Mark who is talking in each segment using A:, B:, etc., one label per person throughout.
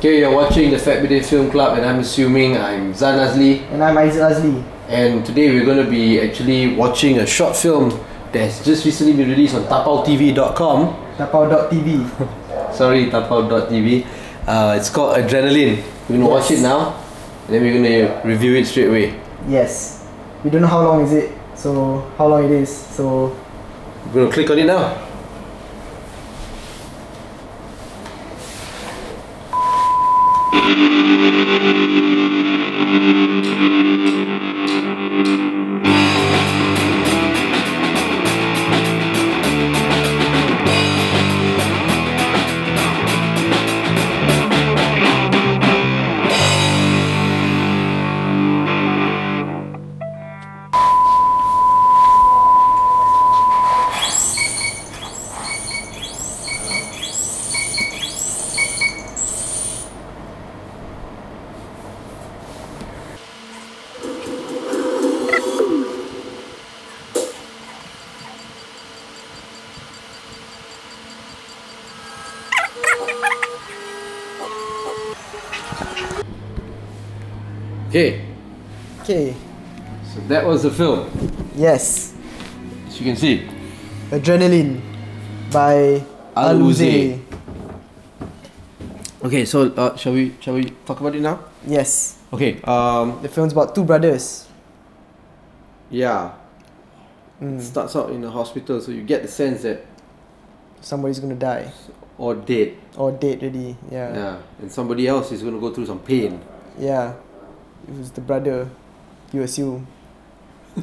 A: Here you're watching the Fat Bidet Film Club, and I'm assuming I'm Zan Azli.
B: And I'm Aizil Azli.
A: And today we're going to be actually watching a short film that's just recently been released on tapautv.com.
B: Tapao.tv.
A: Sorry, tapau.tv. Uh, it's called Adrenaline. We're going to watch
B: Yes.
A: it now, and then we're going to review it straight away.
B: Yes. We don't know how long is it. So how long it is. So
A: We're going to click on it now. Okay,
B: okay.
A: so that was the film.
B: Yes.
A: As you can see,
B: Adrenaline by
A: Al
B: Al
A: Uzi.
B: Uzi.
A: Okay, so uh, shall we shall we talk about it now?
B: Yes.
A: Okay. Um.
B: The film's about two brothers.
A: Yeah. It starts out in a hospital, so you get the sense that
B: Somebody's gonna die
A: or dead.
B: or dead already. Yeah.
A: Yeah. And somebody else is gonna go through some pain.
B: Yeah. It was the brother. You assume.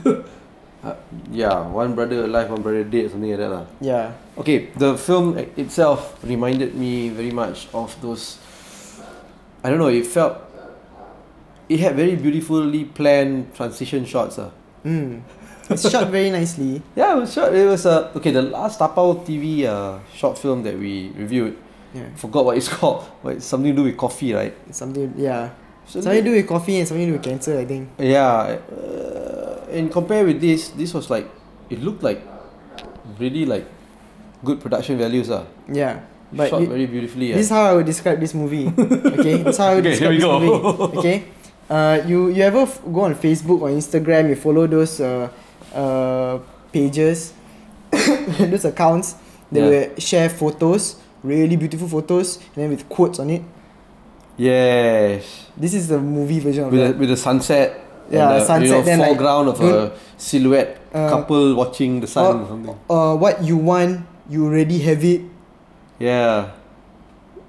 A: Uh, yeah. One brother alive, one brother dead, something like that lah.
B: Yeah.
A: Okay. The film i- itself reminded me very much of those. I don't know. It felt. It had very beautifully planned transition shots. Ah.
B: Hmm. It's shot very nicely.
A: Yeah, it was short. It was uh, okay. The last Tapao TV uh, short film that we reviewed,
B: Yeah.
A: forgot what it's called. But it's something to do with coffee, right?
B: It's something yeah.
A: So
B: Something to do with coffee and something to do with cancer, I think.
A: Yeah, uh, and compare with this, this was like it looked like really like good production values. Ah,
B: Yeah. But
A: shot
B: you-
A: very beautifully. ah.
B: This is how I would describe this movie. Okay, this is how I would
A: Okay, here
B: describe
A: we
B: this
A: go.
B: movie. Okay, uh, you you ever f- go on Facebook or Instagram? You follow those uh, uh, pages, those accounts. They
A: Yeah.
B: will share photos, really beautiful photos, and then with quotes on it.
A: Yes,
B: This is the movie version of
A: with the,
B: that.
A: with the sunset. and
B: Yeah,
A: the, you
B: sunset,
A: know,
B: then, like,
A: foreground of a silhouette
B: uh,
A: couple watching the sun
B: or-
A: or something.
B: Uh, what you want, you already have it.
A: Yeah,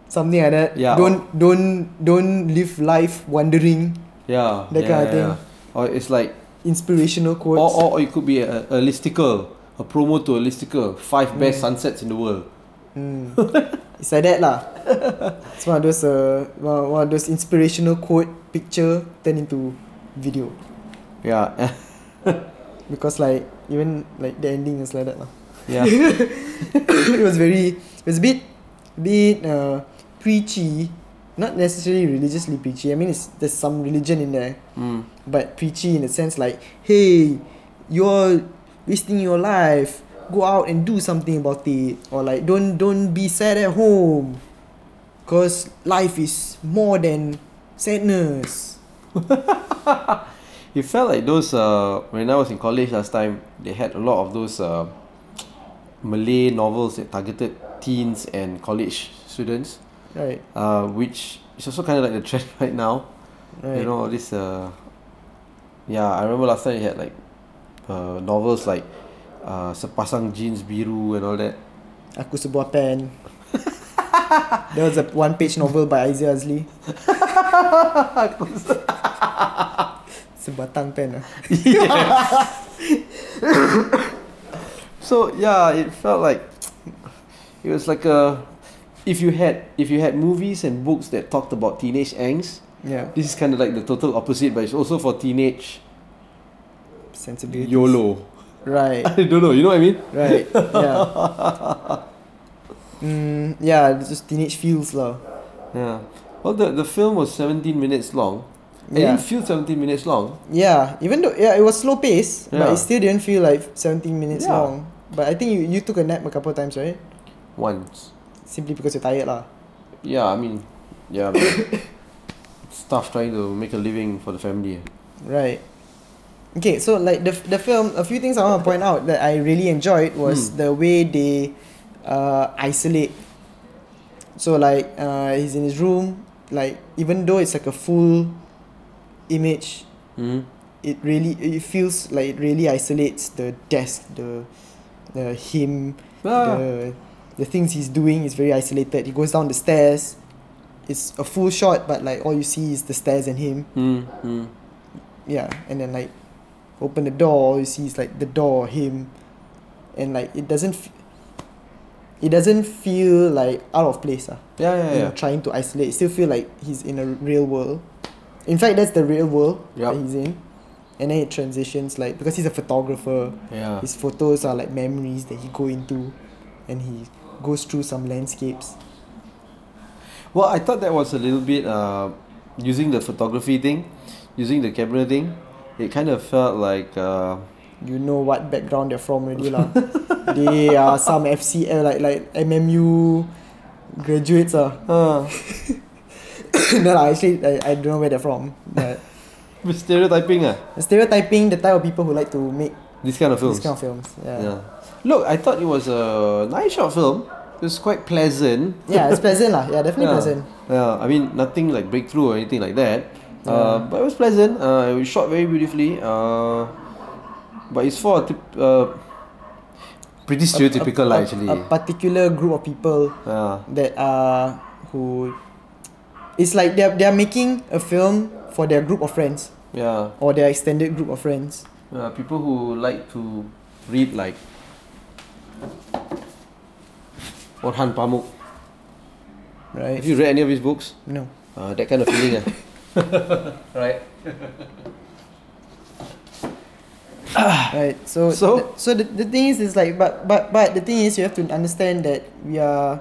B: Something like that.
A: Yeah.
B: Don't don't don't live life wondering.
A: yeah,
B: That
A: yeah,
B: kind of
A: yeah,
B: thing.
A: yeah. Or it's like
B: Inspirational quotes.
A: Or, or, or it could be a, a listicle, a promo to a listicle. Five best sunsets in the world.
B: Mm. it's like that lah. It's one of those uh, one, one of those inspirational quote picture turned into video
A: Yeah,
B: because like even like the ending is like that lah.
A: yeah,
B: it was very it was a bit bit uh, preachy, not necessarily religiously preachy. I mean, it's, there's some religion in there,
A: Mm.
B: but preachy in the sense like, hey, you're wasting your life. Go out and do something about it, or like don't don't be sad at home, cause life is more than sadness.
A: It felt like those uh, when I was in college last time, they had a lot of those uh, Malay novels that targeted teens and college students,
B: Right,
A: uh, which is also kind of like the trend right now.
B: right.
A: You know, all this. Uh, yeah, I remember last time you had like uh, novels like uh, Sepasang Jeans Biru and all that.
B: Aku sebuah pen. there was a one-page novel by Aizil Azli. Sebatang pen ah.
A: So yeah, it felt like it was like a if you had if you had movies and books that talked about teenage angst,
B: Yeah.
A: this is kind of like the total opposite, but it's also for teenage
B: Sensibility.
A: YOLO.
B: Right.
A: I don't know, you know what I mean?
B: Right. Yeah. mm, yeah, it's just teenage feels lah.
A: Yeah. Well, the the film was 17 minutes long. It
B: Yeah.
A: didn't feel 17 minutes long.
B: Yeah, even though yeah, it was slow pace, but
A: Yeah.
B: it still didn't feel like 17 minutes
A: Yeah.
B: long. But I think you, you took a nap a couple of times, right?
A: Once.
B: Simply because you're tired lah.
A: Yeah, I mean, Yeah, man. it's tough trying to make a living for the family.
B: Right. Okay, so like the the film, a few things I want to point out that I really enjoyed was
A: Hmm.
B: the way they uh, isolate. So like uh, he's in his room, like even though it's like a full image,
A: Mm-hmm.
B: it really it feels like it really isolates the desk, the the him,
A: Ah.
B: the the things he's doing is very isolated. He goes down the stairs. It's a full shot, but like all you see is the stairs and him.
A: Mm-hmm.
B: yeah and then like open the door all you see is like the door him and like it doesn't f- it doesn't feel like out of place ah,
A: Yeah, yeah,
B: you know,
A: yeah.
B: trying to isolate it still feel like he's in a real world in fact that's the real world
A: Yup.
B: that he's in and then it transitions like because he's a photographer
A: Mm-hmm. Yeah.
B: his photos are like memories that he go into and he goes through some landscapes
A: Well, I thought that was a little bit uh, using the photography thing, using the camera thing. It kind of felt like uh,
B: you know what background they're from already lah. they are some FCL like like MMU graduates ah.
A: Uh.
B: no lah, actually I, I don't know where they're from. But
A: stereotyping. Uh,
B: stereotyping the type of people who like to make
A: this kind of films.
B: these kind of films. Yeah. yeah.
A: Yeah. Look, I thought it was a nice short film. It was quite pleasant.
B: it's pleasant lah. Yeah, definitely
A: yeah.
B: pleasant.
A: Yeah, I mean nothing like breakthrough or anything like that. Uh, but it was pleasant. Uh, it was shot very beautifully. Uh, but it's for a tip- uh, pretty stereotypical lah
B: a,
A: actually.
B: A particular group of people
A: yeah.
B: that are who it's like they're they're making a film for their group of friends
A: Yeah.
B: or their extended group of friends.
A: Uh, people who like to read like Orhan Pamuk. Have
B: Right?
A: you read any of his books?
B: No.
A: Uh, that kind of feeling. ah. right.
B: Right. So
A: So-
B: th- so the, the thing is is like but but but the thing is you have to understand that we are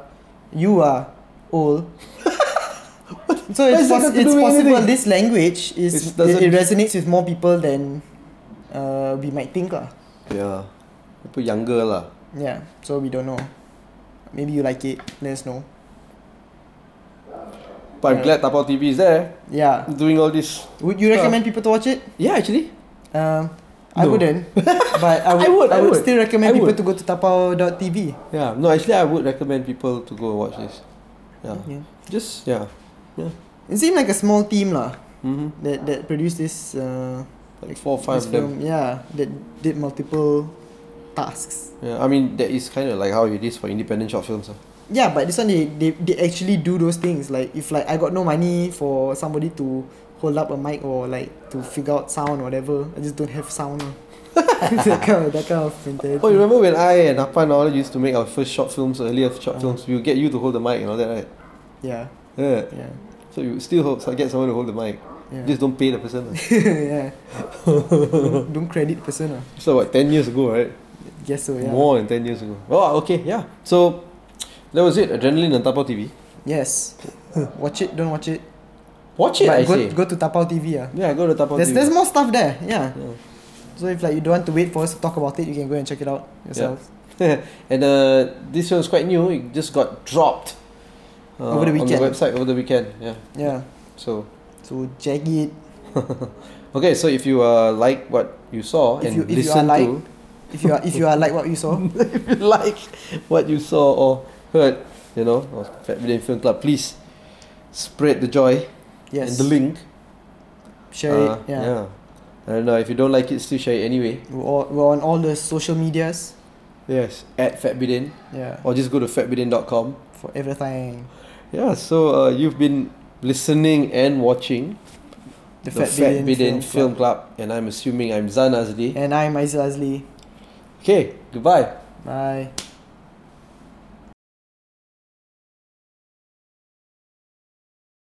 B: you are old. so
A: why
B: it's,
A: is that
B: pos-
A: got to
B: it's
A: do with
B: possible
A: anything?
B: this language
A: It's-
B: is
A: doesn't-
B: it, it resonates with more people than uh, we might think lah.
A: Yeah. People younger lah.
B: Yeah. So we don't know. Maybe you like it. Let us know.
A: But I'm glad Tapao TV is there
B: Yeah.
A: doing all this.
B: Would you recommend people to watch it?
A: Yeah, actually.
B: Um, I
A: No.
B: wouldn't. but I would,
A: I
B: I
A: would,
B: would,
A: I would.
B: still
A: I
B: recommend people
A: would.
B: to go to tapao.tv.
A: Yeah. No, actually, I would recommend people to go watch this. Yeah.
B: Yeah.
A: Just yeah. Yeah.
B: It seemed like a small team lah
A: Mm-hmm.
B: that that produced this uh,
A: Like four, or five
B: this
A: of them.
B: film, yeah, that did multiple tasks.
A: Yeah. I mean, that is kind of like how it is for independent short films. ah.
B: Yeah, but this one they, they, they actually do those things. Like if like I got no money for somebody to hold up a mic or like to figure out sound or whatever, I just don't have sound. lah. that kind of that kind of mentality.
A: Oh, you remember when I and Appan all used to make our first short films, earlier short
B: Uh.
A: films? We would get you to hold the mic and all that, right?
B: Yeah,
A: Yeah.
B: yeah,
A: So you still hold, so get someone to hold the mic.
B: yeah.
A: Just don't pay the person. lah.
B: yeah. don't, don't credit person. lah.
A: so what? Ten years ago, right?
B: Guess so. Yeah.
A: More than ten years ago. Oh, okay, yeah. So that was it. Adrenaline and Tapao TV.
B: Yes. watch it. Don't watch it.
A: Watch it.
B: but
A: I
B: go
A: say.
B: go to Tapao TV. Yeah.
A: Yeah, go to Tapao
B: There's
A: TV.
B: there's more stuff there. Yeah.
A: Yeah.
B: So if like you don't want to wait for us to talk about it, you can go and check it out yourself.
A: and uh, this one's quite new. It just got dropped uh,
B: Over the
A: on
B: weekend.
A: the website over the weekend. Yeah.
B: Yeah.
A: So
B: So jagged.
A: okay. So if you uh, like what you saw
B: If
A: and
B: you- if you
A: listen
B: are like-
A: to,
B: If you are if you are like what you saw,
A: if you like what you saw or heard, you know, of Fat Million Film Club, please spread the joy
B: yes.
A: and the link.
B: Share
A: Uh,
B: it. Yeah.
A: I don't know. If you don't like it, still share it anyway.
B: We're, all, we're on all the social medias.
A: Yes. At Fatbidin
B: Yeah.
A: or just go to fatbidin.com.
B: For everything.
A: Yeah. So uh, you've been listening and watching
B: The,
A: the, Fat Bidin, Film, Club. and I'm assuming I'm Zan Azli.
B: And I'm Aziz Azli.
A: Okay, goodbye.
B: Bye.